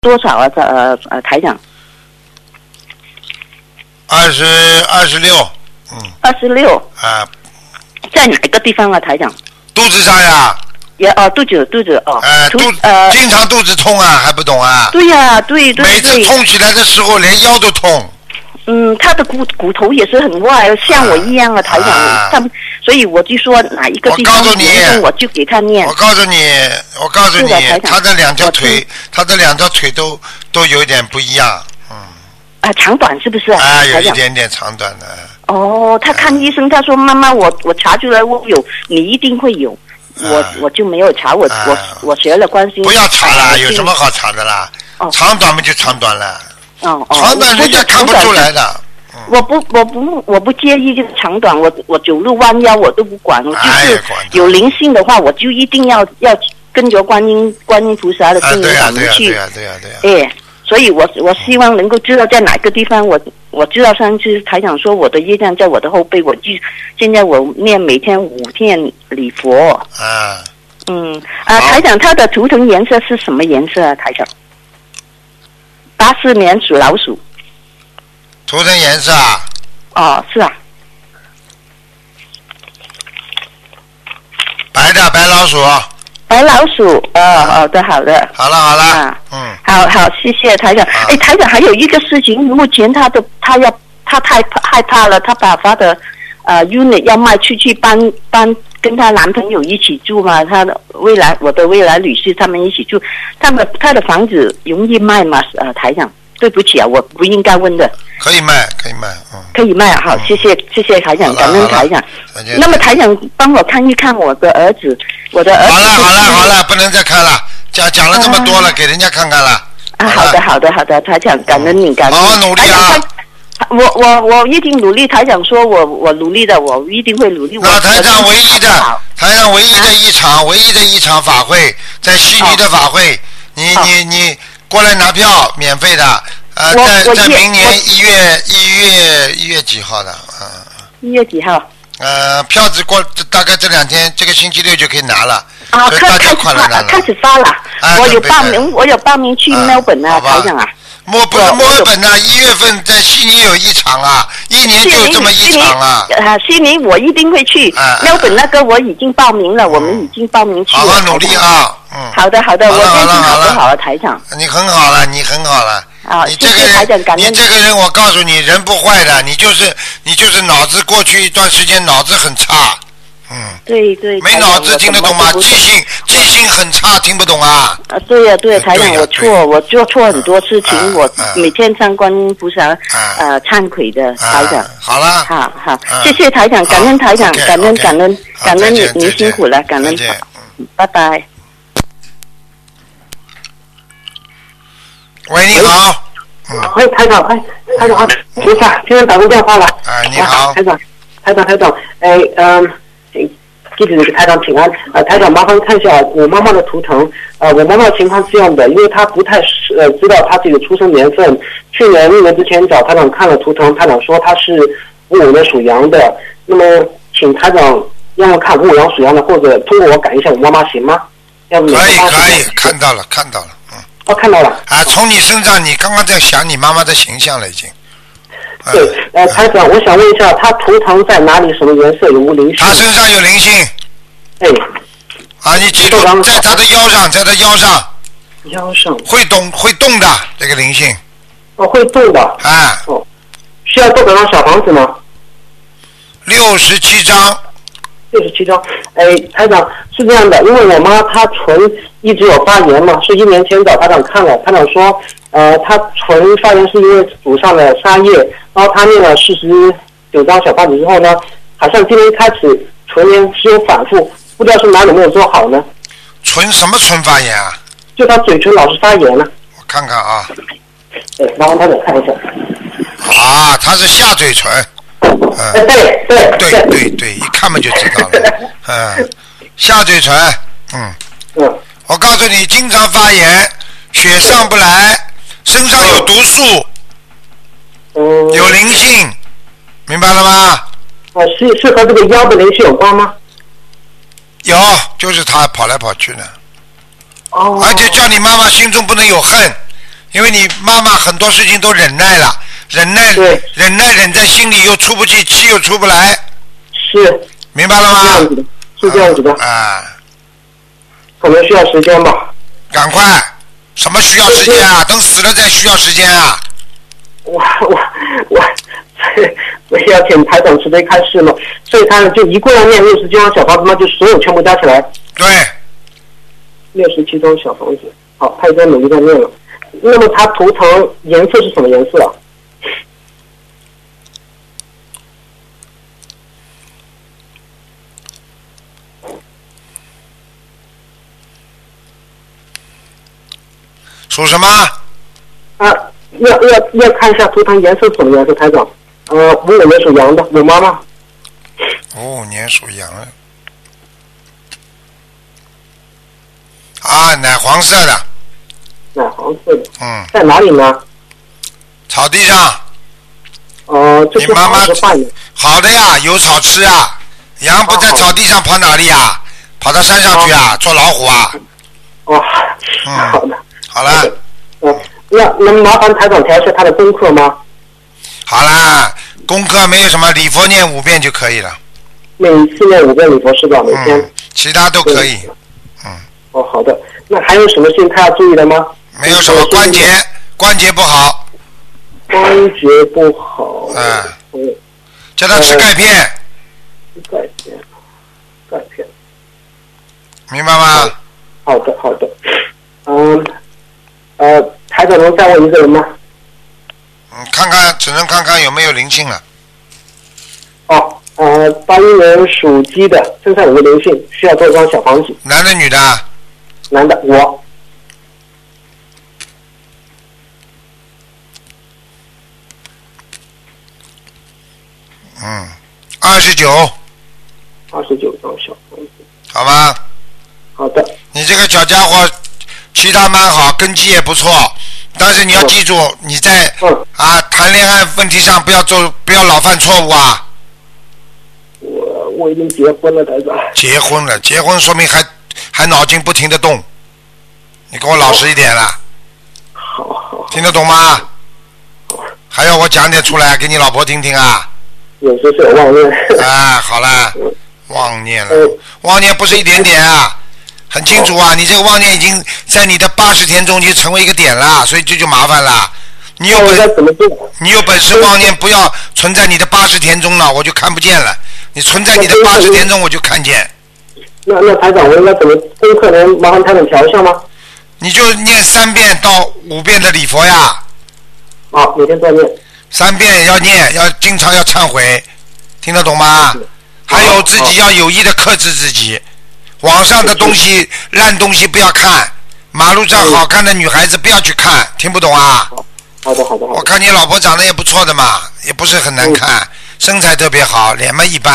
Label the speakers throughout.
Speaker 1: 多少啊？这呃呃，台长，
Speaker 2: 二十二十六，
Speaker 1: 二十六，
Speaker 2: 啊，
Speaker 1: 在哪个地方啊？台长，
Speaker 2: 肚子上呀，
Speaker 1: 也哦，肚子肚子哦
Speaker 2: 呃，，
Speaker 1: 除
Speaker 2: 肚
Speaker 1: 呃，
Speaker 2: 经常肚子痛啊，还不懂啊？
Speaker 1: 对呀、对对
Speaker 2: 每次
Speaker 1: 对，
Speaker 2: 痛起来的时候，连腰都痛。
Speaker 1: 嗯，他的骨骨头也是很坏，像我一样啊，台长，
Speaker 2: 啊
Speaker 1: 他们，所以我就说哪一个地方
Speaker 2: 我告诉你
Speaker 1: 严重，我就给他念
Speaker 2: 我，告诉你，我告
Speaker 1: 嗯
Speaker 2: 诉
Speaker 1: 是
Speaker 2: 你
Speaker 1: 的台，长
Speaker 2: 他的两条
Speaker 1: 我听
Speaker 2: 腿，他的两条腿都都有点不一样，
Speaker 1: 啊，长短是不是
Speaker 2: 啊，有
Speaker 1: 台
Speaker 2: 一
Speaker 1: 长，
Speaker 2: 点点长短的。
Speaker 1: 哦，他看医生，他说妈妈，我我查出来我有，你一定会有。我
Speaker 2: 啊
Speaker 1: 我就没有查，我我
Speaker 2: 啊
Speaker 1: 我学了关心。
Speaker 2: 不要查
Speaker 1: 我
Speaker 2: 啦，
Speaker 1: 就
Speaker 2: 有什么好查的啦
Speaker 1: 嗯哦？
Speaker 2: 长短嘛就长短了，
Speaker 1: 哦哦，
Speaker 2: 长短
Speaker 1: 我
Speaker 2: 人家
Speaker 1: 是
Speaker 2: 看
Speaker 1: 长
Speaker 2: 不
Speaker 1: 短
Speaker 2: 出
Speaker 1: 是
Speaker 2: 来的。
Speaker 1: 我不，我不，我不介意这个长短，我我走路弯腰我都不管，我就
Speaker 2: 哎
Speaker 1: 是
Speaker 2: 呀管他
Speaker 1: 有灵性的话，我就一定要要跟着观音观音菩萨的
Speaker 2: 啊，
Speaker 1: 圣灵
Speaker 2: 对呀，
Speaker 1: 法
Speaker 2: 对
Speaker 1: 门
Speaker 2: 呀，对
Speaker 1: 去，
Speaker 2: 呀，对呀，对呀。啊
Speaker 1: 哎，所以我我希望能够知道在哪个地方，我我知道上次台长说我的业障在我的后背，我就现在我念每天五天礼佛，
Speaker 2: 啊，
Speaker 1: 嗯啊，
Speaker 2: 好
Speaker 1: 台长他的图腾颜色是什么颜色啊？台长，八四年属老鼠，
Speaker 2: 涂成颜色啊，
Speaker 1: 哦，是啊，
Speaker 2: 白的白老鼠。
Speaker 1: 白老鼠，哦哦的，好的。
Speaker 2: 好了好了
Speaker 1: 啊，
Speaker 2: 嗯，
Speaker 1: 好好，谢谢台长。
Speaker 2: 啊
Speaker 1: 哎、台长还有一个事情，目前他的他要他太害怕了，他把他的呃 unit 要卖出去搬搬跟她男朋友一起住嘛，她的未来我的未来女婿他们一起住，他们他的房子容易卖吗？呃，台长，对不起啊，我不应该问的，
Speaker 2: 可以卖可以卖，嗯，
Speaker 1: 可以卖啊，好，谢谢谢谢台长，
Speaker 2: 好了
Speaker 1: 感
Speaker 2: 好
Speaker 1: 恩
Speaker 2: 了
Speaker 1: 台长。
Speaker 2: 再见。
Speaker 1: 那么台长帮我看一看我的儿子，我的儿子
Speaker 2: 好了
Speaker 1: 是
Speaker 2: 好了好了，不能再看了，讲讲了这么
Speaker 1: 嗯
Speaker 2: 多了，给人家看看了。
Speaker 1: 啊，
Speaker 2: 好
Speaker 1: 好
Speaker 2: 了
Speaker 1: 的，好的，好的，台长，感恩你，感恩你。
Speaker 2: 好好努力啊
Speaker 1: 台长！台我我我一定努力，台长说我我努力的，我一定会努力。我啊
Speaker 2: 那啊台长唯一的
Speaker 1: 我好
Speaker 2: 台长唯一的一场唯一的一场法会，在悉尼的法会，你
Speaker 1: 好
Speaker 2: 你你过来拿票，免费的。呃，
Speaker 1: 我
Speaker 2: 在
Speaker 1: 我
Speaker 2: 在
Speaker 1: 一
Speaker 2: 明
Speaker 1: 我
Speaker 2: 年一月一月一月几号的？嗯
Speaker 1: 一月几号
Speaker 2: 呃，票子过大概这两天，这个星期六就可以拿了。
Speaker 1: 啊？
Speaker 2: 所以
Speaker 1: 开
Speaker 2: 大家
Speaker 1: 开始
Speaker 2: 快来拿
Speaker 1: 发
Speaker 2: 了
Speaker 1: 开始发了
Speaker 2: 哎，
Speaker 1: 我有
Speaker 2: 准备
Speaker 1: 报
Speaker 2: 开
Speaker 1: 名，我有报名去
Speaker 2: 啊
Speaker 1: 墨尔本
Speaker 2: 好
Speaker 1: 啊，
Speaker 2: 吧
Speaker 1: 台长啊。
Speaker 2: 墨不是
Speaker 1: 我
Speaker 2: 墨尔本呐、一月份在悉尼有一场啊，一年
Speaker 1: 悉
Speaker 2: 就
Speaker 1: 尼
Speaker 2: 这么一
Speaker 1: 悉尼
Speaker 2: 场啊。
Speaker 1: 啊，悉尼我一定会去。
Speaker 2: 啊啊
Speaker 1: 墨尔本那个我已经报名了，我们已经报名去了。
Speaker 2: 好好努
Speaker 1: 台
Speaker 2: 力
Speaker 1: 长！
Speaker 2: 啊，嗯，
Speaker 1: 好的，好的，
Speaker 2: 好
Speaker 1: 我
Speaker 2: 了
Speaker 1: 最
Speaker 2: 好了
Speaker 1: 近
Speaker 2: 好
Speaker 1: 好
Speaker 2: 了
Speaker 1: 不好啊，台长？
Speaker 2: 你很好了，你很好了。
Speaker 1: 啊
Speaker 2: 你
Speaker 1: 谢
Speaker 2: 这
Speaker 1: 谢
Speaker 2: 个
Speaker 1: 台长
Speaker 2: 人，
Speaker 1: 感
Speaker 2: 你
Speaker 1: 恩
Speaker 2: 这个人，我告诉你，人不坏的，你就是你就是脑子过去一段时间脑子很差，嗯，
Speaker 1: 对对。
Speaker 2: 没
Speaker 1: 台长
Speaker 2: 脑子
Speaker 1: 我
Speaker 2: 听得
Speaker 1: 什么
Speaker 2: 懂
Speaker 1: 都
Speaker 2: 吗？
Speaker 1: 不
Speaker 2: 记性记性很差，听不懂啊？
Speaker 1: 啊，对呀、对呀、
Speaker 2: 嗯
Speaker 1: 台长，
Speaker 2: 对呀
Speaker 1: 我
Speaker 2: 对呀
Speaker 1: 错，我做错很多事情，
Speaker 2: 嗯
Speaker 1: 我
Speaker 2: 嗯
Speaker 1: 每天上观音菩萨，
Speaker 2: 嗯
Speaker 1: 呃，忏悔的，
Speaker 2: 啊
Speaker 1: 台长。，
Speaker 2: 好了，
Speaker 1: 好好
Speaker 2: 嗯，
Speaker 1: 谢谢台长，
Speaker 2: 好
Speaker 1: 感恩台长，
Speaker 2: OK，
Speaker 1: 感恩
Speaker 2: OK
Speaker 1: 感恩
Speaker 2: 好
Speaker 1: 感
Speaker 2: 再
Speaker 1: 恩
Speaker 2: 见
Speaker 1: 您
Speaker 2: 再
Speaker 1: 辛
Speaker 2: 见
Speaker 1: 苦了，感恩嗯
Speaker 2: 再，见
Speaker 1: 拜拜。
Speaker 2: 喂，你好，啊
Speaker 3: 喂，台长，哎，台长，等一下，今天打通电话了。啊
Speaker 2: 哎你好
Speaker 3: 台长，台长，台长，哎，嗯、哎弟子给台长请安。呃，台长，麻烦看一下我妈妈的图腾。呃，我妈妈的情况是这样的，因为她不太是呃知道她自己的出生年份。去年入年之前找台长看了图腾，台长说她是五五年属羊的。那么，请台长让我看五五羊属羊的，或者通过我改一下我妈妈行吗？要不你
Speaker 2: 可以
Speaker 3: 帮我
Speaker 2: 可以，
Speaker 3: 看
Speaker 2: 看到了看到了，嗯，
Speaker 3: 哦，看到了。
Speaker 2: 啊，从你身上，你刚刚在想你妈妈的形象了已经，嗯
Speaker 3: 对，呃，台长，我想问一下，他图腾在哪里？什么颜色？有无灵性？
Speaker 2: 她身上有灵性。
Speaker 3: 哎，
Speaker 2: 啊，你记住
Speaker 3: 这张，
Speaker 2: 在他的腰上，在他腰上
Speaker 3: 腰上
Speaker 2: 会动会动的这个灵性
Speaker 3: 哦，会动的，
Speaker 2: 啊，
Speaker 3: 需要多少张小房子吗？
Speaker 2: 六十七章
Speaker 3: 六十七张。哎，台长是这样的，因为我妈她唇一直有发炎嘛，是一年前找台长看了，台长说，呃，她唇发炎是因为煮上了沙叶，然后她念了四十九张小房子之后呢，好像今天开始唇炎是有反复，不知道是哪里没有做好呢？
Speaker 2: 唇什么唇发炎啊？
Speaker 3: 就她嘴唇老是发炎了。
Speaker 2: 我看看啊，
Speaker 3: 哎，麻烦台长看一下。
Speaker 2: 啊，他是下嘴唇，
Speaker 3: 哎，
Speaker 2: 嗯，
Speaker 3: 对呃对
Speaker 2: 对对对，一看嘛就知道 了，嗯，下嘴唇，嗯，
Speaker 3: 嗯，
Speaker 2: 我告诉你，经常发炎，血上不来，身上有毒素，
Speaker 3: 嗯，
Speaker 2: 有灵性，明白了吗？
Speaker 3: 呃，是是和这个腰的灵性有关吗？
Speaker 2: 有，就是他跑来跑去呢。
Speaker 3: 哦
Speaker 2: 而且叫你妈妈心中不能有恨，因为你妈妈很多事情都忍耐了，忍耐
Speaker 3: 对
Speaker 2: 忍耐忍在心里又出不去，气又出不来，
Speaker 3: 是是
Speaker 2: 明白了
Speaker 3: 这样
Speaker 2: 吗
Speaker 3: 子？的，是这样子的，
Speaker 2: 啊，
Speaker 3: 可能需要时间吧。
Speaker 2: 赶快，什么需要时间啊？等死了再需要时间啊？
Speaker 3: 我我我，我也要请台长慈悲开示嘛。所以他就一共要念六十七张小房子嘛，就所有全部加起来
Speaker 2: 对，
Speaker 3: 六十七张小房子。好，他已经努力在念了。那么他图腾颜色是什么颜色啊？
Speaker 2: 属什么？
Speaker 3: 啊，要要要看一下图腾颜色是什么颜色，台长。呃，我五年属羊的，我
Speaker 2: 啊
Speaker 3: 妈妈
Speaker 2: 五五哦年属羊的。啊，奶黄色的，
Speaker 3: 奶黄色的，
Speaker 2: 嗯，
Speaker 3: 在哪里呢？
Speaker 2: 草地上，
Speaker 3: 呃，就
Speaker 2: 你
Speaker 3: 是
Speaker 2: 妈妈
Speaker 3: 是画眼
Speaker 2: 好的呀，有草吃啊。羊不在
Speaker 3: 哦好
Speaker 2: 草地上跑哪里呀？跑到山上去啊，做老虎啊。
Speaker 3: 哦，
Speaker 2: 嗯
Speaker 3: 好的，
Speaker 2: 好啦，
Speaker 3: 嗯，那能麻烦台长调一下他的功课吗？
Speaker 2: 好啦，功课没有什么，礼佛念五遍就可以了。
Speaker 3: 每次念五个礼佛是吧？每天。
Speaker 2: 嗯，其他都可以，嗯
Speaker 3: 哦，好的。那还有什么事情他要注意的吗？
Speaker 2: 没有什么关节关节不好，
Speaker 3: 关节不好。
Speaker 2: 嗯
Speaker 3: 嗯。
Speaker 2: 叫他吃
Speaker 3: 嗯
Speaker 2: 钙片，
Speaker 3: 钙片，钙片。呃
Speaker 2: 明白吗？
Speaker 3: 好的，好的。嗯，呃，台长能再问一个人吗？
Speaker 2: 嗯，看看只能看看有没有灵性了。
Speaker 3: 哦，呃，八一年属鸡的，身上有个灵性，需要做一张小房子，
Speaker 2: 男的女的啊？
Speaker 3: 男的，我。
Speaker 2: 嗯，二十九，
Speaker 3: 二十九张小房子，
Speaker 2: 好吧？
Speaker 3: 好的，
Speaker 2: 你这个小家伙，其他蛮好，根基也不错，但是你要
Speaker 3: 嗯
Speaker 2: 记住，你在
Speaker 3: 嗯
Speaker 2: 啊谈恋爱问题上不要做，不要老犯错误啊。
Speaker 3: 我我已经结婚了，台长。
Speaker 2: 结婚了，结婚说明还还脑筋不停的动，你给我老实一点啦，
Speaker 3: 好好，好
Speaker 2: 听得懂吗？
Speaker 3: 嗯
Speaker 2: 还要我讲点出来给你老婆听听啊？
Speaker 3: 有时是我忘了。
Speaker 2: 啊，好啦，妄念
Speaker 3: 嗯
Speaker 2: 了，妄念不是一点点啊，很清楚啊，你这个妄念已经在你的八十天中就成为一个点了，所以这就麻烦了。你有
Speaker 3: 那我该
Speaker 2: 本
Speaker 3: 怎么做？
Speaker 2: 你有本事妄念不要存在你的八十天中了，我就看不见了。你存在你的八十天中，我就看见。
Speaker 3: 那那台长，我应该怎么功课能麻烦台长调一下吗？
Speaker 2: 你就念三遍到五遍的礼佛呀，
Speaker 3: 好，每天锻炼。
Speaker 2: 三遍要念，要经常要忏悔，听得懂吗？还有自己要有意的克制自己，网上的东西、烂东西不要看，马路上好看的女孩子不要去看，听不懂啊？
Speaker 3: 好的，好的，好
Speaker 2: 我
Speaker 3: 的。
Speaker 2: 看你老婆长得也不错的嘛，也不是很难看，身材特别好，脸嘛一般，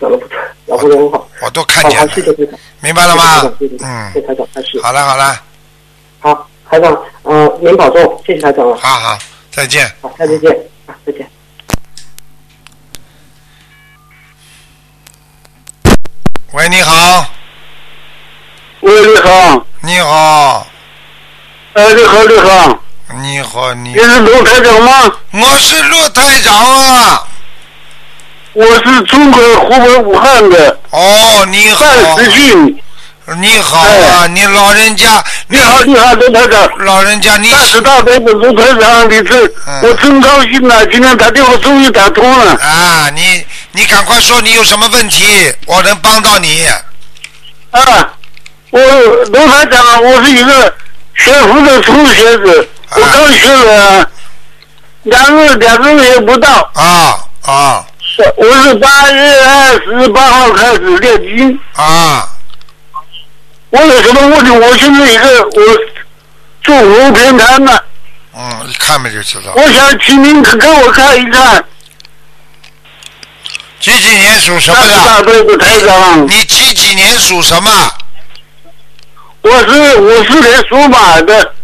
Speaker 3: 长得不错，老婆人很好。
Speaker 2: 我都看
Speaker 3: 好，
Speaker 2: 见
Speaker 3: 好，
Speaker 2: 了
Speaker 3: 谢，谢台长，
Speaker 2: 明白了
Speaker 3: 谢
Speaker 2: 吗
Speaker 3: 谢台？长，谢谢
Speaker 2: 嗯，
Speaker 3: 台长开始。
Speaker 2: 好了好了，
Speaker 3: 好，台长，呃，您保重，谢谢台长了。
Speaker 2: 好好，再见。
Speaker 3: 好，下次见，啊，再见。
Speaker 2: 喂，你好，
Speaker 4: 喂，你好，
Speaker 2: 你好，
Speaker 4: 哎，你好，你好，
Speaker 2: 你好，你
Speaker 4: 你是卢台长吗？
Speaker 2: 我是陆台长啊！
Speaker 4: 我是中国湖北武汉的
Speaker 2: 哦，你好，
Speaker 4: 范时俊。
Speaker 2: 你好啊！你老人家，
Speaker 4: 哎你好，你好，卢台长，
Speaker 2: 老人家，你
Speaker 4: 大慈大悲的卢台长，你这
Speaker 2: 嗯
Speaker 4: 我真高兴呐！今天打电话终于打通了。
Speaker 2: 啊，你你赶快说你有什么问题，我能帮到你。
Speaker 4: 啊，我卢台长，啊我是一个学佛的初学者，
Speaker 2: 啊
Speaker 4: 我刚学了两个两个月不到，
Speaker 2: 啊啊
Speaker 4: 我是八月二十八号开始练经。
Speaker 2: 啊！
Speaker 4: 我有什么问题？我现在一个我住无平潭的，
Speaker 2: 嗯，一看嘛就知道
Speaker 4: 我。想请您给我看一看。
Speaker 2: 几几年属什
Speaker 4: 大
Speaker 2: 么
Speaker 4: 慈
Speaker 2: 的？
Speaker 4: 大悲的台长，
Speaker 2: 你几几年属什么？
Speaker 4: 我是五十年属马的，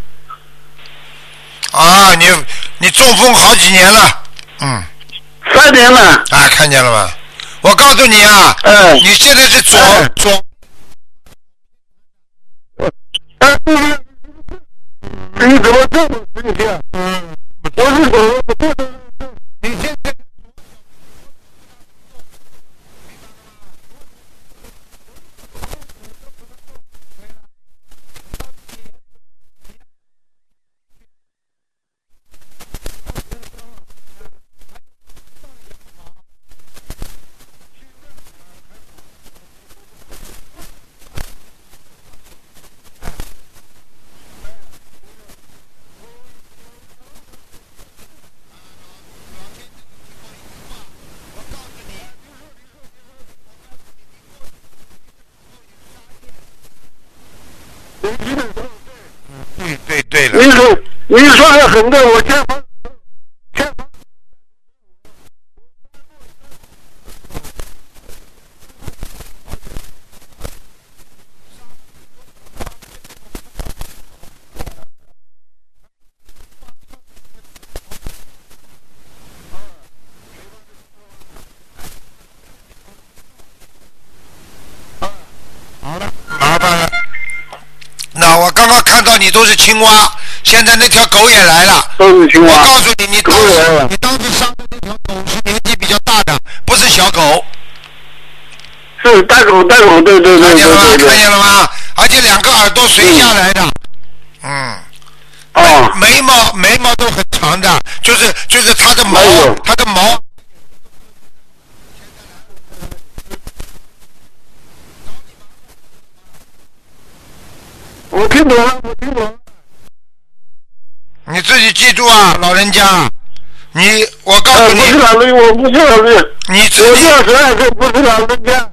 Speaker 2: 啊，你你中风好几年了。嗯，
Speaker 4: 三年了。
Speaker 2: 啊，看见了吗？我告诉你啊，
Speaker 4: 哎，
Speaker 2: 你现在是左
Speaker 4: 哎
Speaker 2: 左
Speaker 4: 哎你怎么这么直接？我是怎么不能？
Speaker 2: 你现在对嗯对对了，
Speaker 4: 你说你说的很对，我家房家房
Speaker 2: 麻烦了。那我刚刚看到你都是青蛙，现在那条狗也来了。
Speaker 4: 都是青
Speaker 2: 我
Speaker 4: 蛙。
Speaker 2: 告诉你，你当
Speaker 4: 狗也来
Speaker 2: 时
Speaker 4: 了
Speaker 2: 你当时伤的那条狗是年纪比较大的，不是小狗，
Speaker 4: 是大狗大狗，对对对
Speaker 2: 看见了吗
Speaker 4: 对对？
Speaker 2: 看
Speaker 4: 对。
Speaker 2: 见了吗？而且两个耳朵垂下来的，嗯，
Speaker 4: 哦，
Speaker 2: 眉毛眉毛都很长的，就是就是它的毛
Speaker 4: 哎呦，
Speaker 2: 它的毛。
Speaker 4: 我听懂了，我听懂了。
Speaker 2: 你自己记住啊，老人家，你我告
Speaker 4: 呃，
Speaker 2: 诉
Speaker 4: 不
Speaker 2: 你，
Speaker 4: 是老人，我不是老人，
Speaker 2: 你
Speaker 4: 我
Speaker 2: 自己
Speaker 4: 六十二岁，不是老人家。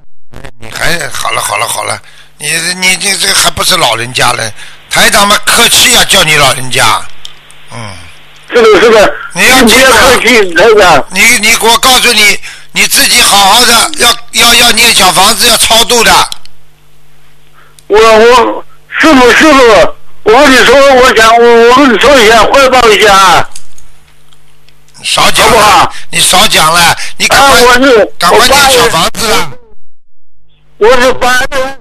Speaker 2: 你还好了好了好了，你你这这还不是老人家了？台长们客气呀、叫你老人家。嗯，
Speaker 4: 是的，是的，
Speaker 2: 你要
Speaker 4: 不
Speaker 2: 记
Speaker 4: 要
Speaker 2: 住啊
Speaker 4: 客气，台长。
Speaker 2: 你你我告诉你，你自己好好的，要要要念小房子，要超度的。
Speaker 4: 我我师傅师傅，我跟你说，我想我我跟你说一下，汇报一下啊。
Speaker 2: 你少讲
Speaker 4: 好不
Speaker 2: 了
Speaker 4: 好，
Speaker 2: 你少讲了，你赶
Speaker 4: 啊，
Speaker 2: 快、
Speaker 4: 我是
Speaker 2: 赶
Speaker 4: 我
Speaker 2: 快
Speaker 4: 八
Speaker 2: 念
Speaker 4: 月
Speaker 2: 小，房子了。
Speaker 4: 我是八月。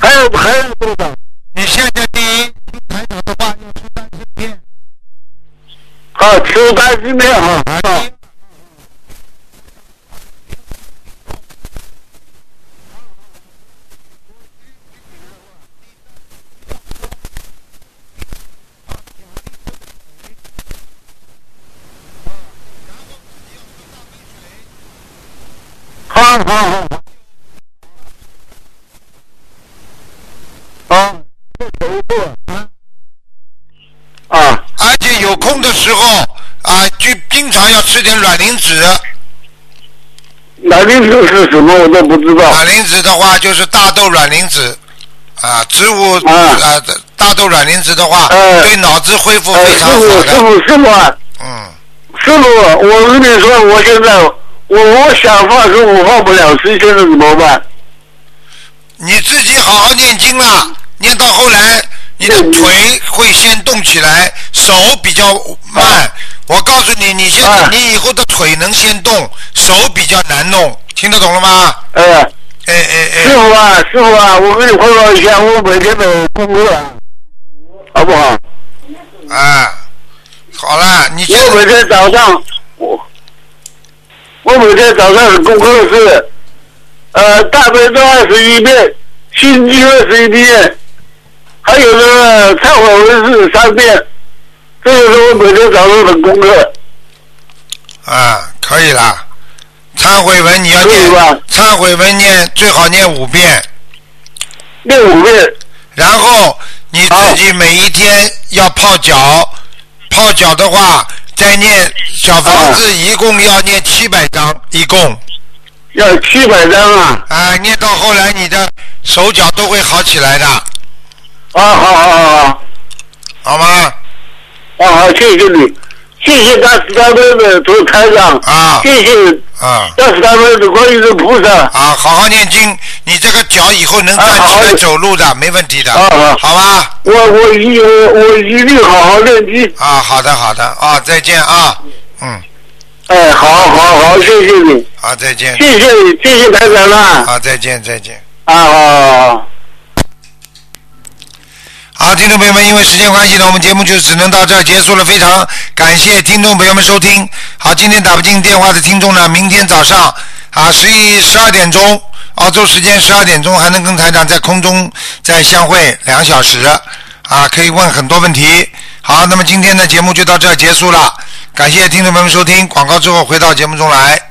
Speaker 4: 还有还有多少？
Speaker 2: 你现在第一听台长的话要出三十遍，
Speaker 4: 啊，求三十面啊！啊好好好。啊，这头部啊。啊。
Speaker 2: 而且有空的时候啊，就经常要吃点卵磷脂。
Speaker 4: 南京市是什么我都不知道。
Speaker 2: 卵磷脂的话就是大豆卵磷脂，啊，植物
Speaker 4: 啊
Speaker 2: 啊，大豆卵磷脂的话，
Speaker 4: 哎
Speaker 2: 对脑子恢复
Speaker 4: 哎，
Speaker 2: 非
Speaker 4: 师
Speaker 2: 常好
Speaker 4: 傅，师
Speaker 2: 的。
Speaker 4: 傅，师傅啊，
Speaker 2: 嗯，
Speaker 4: 师傅，我跟你说，我现在我我想放手，我放不了手，现在怎么办？
Speaker 2: 你自己好好念经啦，念到后来你的腿会先动起来，手比较慢。我告诉你，你现在
Speaker 4: 哎
Speaker 2: 你以后的腿能先动，手比较难弄，听得懂了吗？
Speaker 4: 哎，
Speaker 2: 哎哎
Speaker 4: 师
Speaker 2: 哎，
Speaker 4: 傅啊，师傅啊，我跟你汇报一下，我每天的工作啊，好不好？
Speaker 2: 啊，好了，你现
Speaker 4: 我
Speaker 2: 在
Speaker 4: 每天早上，我我每天早上的功课是，呃，大悲咒二十一遍，心经二十一遍，还有那个忏悔文是三遍，这就是我每天早上的功课。
Speaker 2: 啊，可以啦。忏悔文你要念
Speaker 4: 可以吧，
Speaker 2: 忏悔文念最好念五遍，
Speaker 4: 练五遍，
Speaker 2: 然后你自己每一天要泡脚，泡脚的话再念小房子，一共要念七百张，一共
Speaker 4: 要七百张啊！
Speaker 2: 啊，念到后来你的手脚都会好起来的，
Speaker 4: 啊，好好好好，
Speaker 2: 好吗？
Speaker 4: 啊好，谢谢你，谢谢谢大慈大悲的主台长，
Speaker 2: 啊
Speaker 4: 谢谢
Speaker 2: 啊
Speaker 4: 大慈大悲的观世音菩萨，
Speaker 2: 啊！好好念经，你这个脚以后能站
Speaker 4: 啊好
Speaker 2: 起
Speaker 4: 好
Speaker 2: 来
Speaker 4: 的
Speaker 2: 走路的，没问题的，
Speaker 4: 啊好
Speaker 2: 好吧？
Speaker 4: 我我一我我一定好好练习。
Speaker 2: 啊，好的好的啊，再见啊，嗯，
Speaker 4: 哎，好好好，谢谢你，
Speaker 2: 好啊再见，
Speaker 4: 谢谢你，谢谢台长啦。
Speaker 2: 好再见再见。
Speaker 4: 啊，好好好。
Speaker 2: 好，听众朋友们，因为时间关系呢，我们节目就只能到这儿结束了。非常感谢听众朋友们收听。好，今天打不进电话的听众呢，明天早上啊十一十二点钟，澳洲时间十二点钟还能跟台长在空中再相会两小时啊，可以问很多问题。好，那么今天的节目就到这儿结束了，感谢听众朋友们收听。广告之后回到节目中来。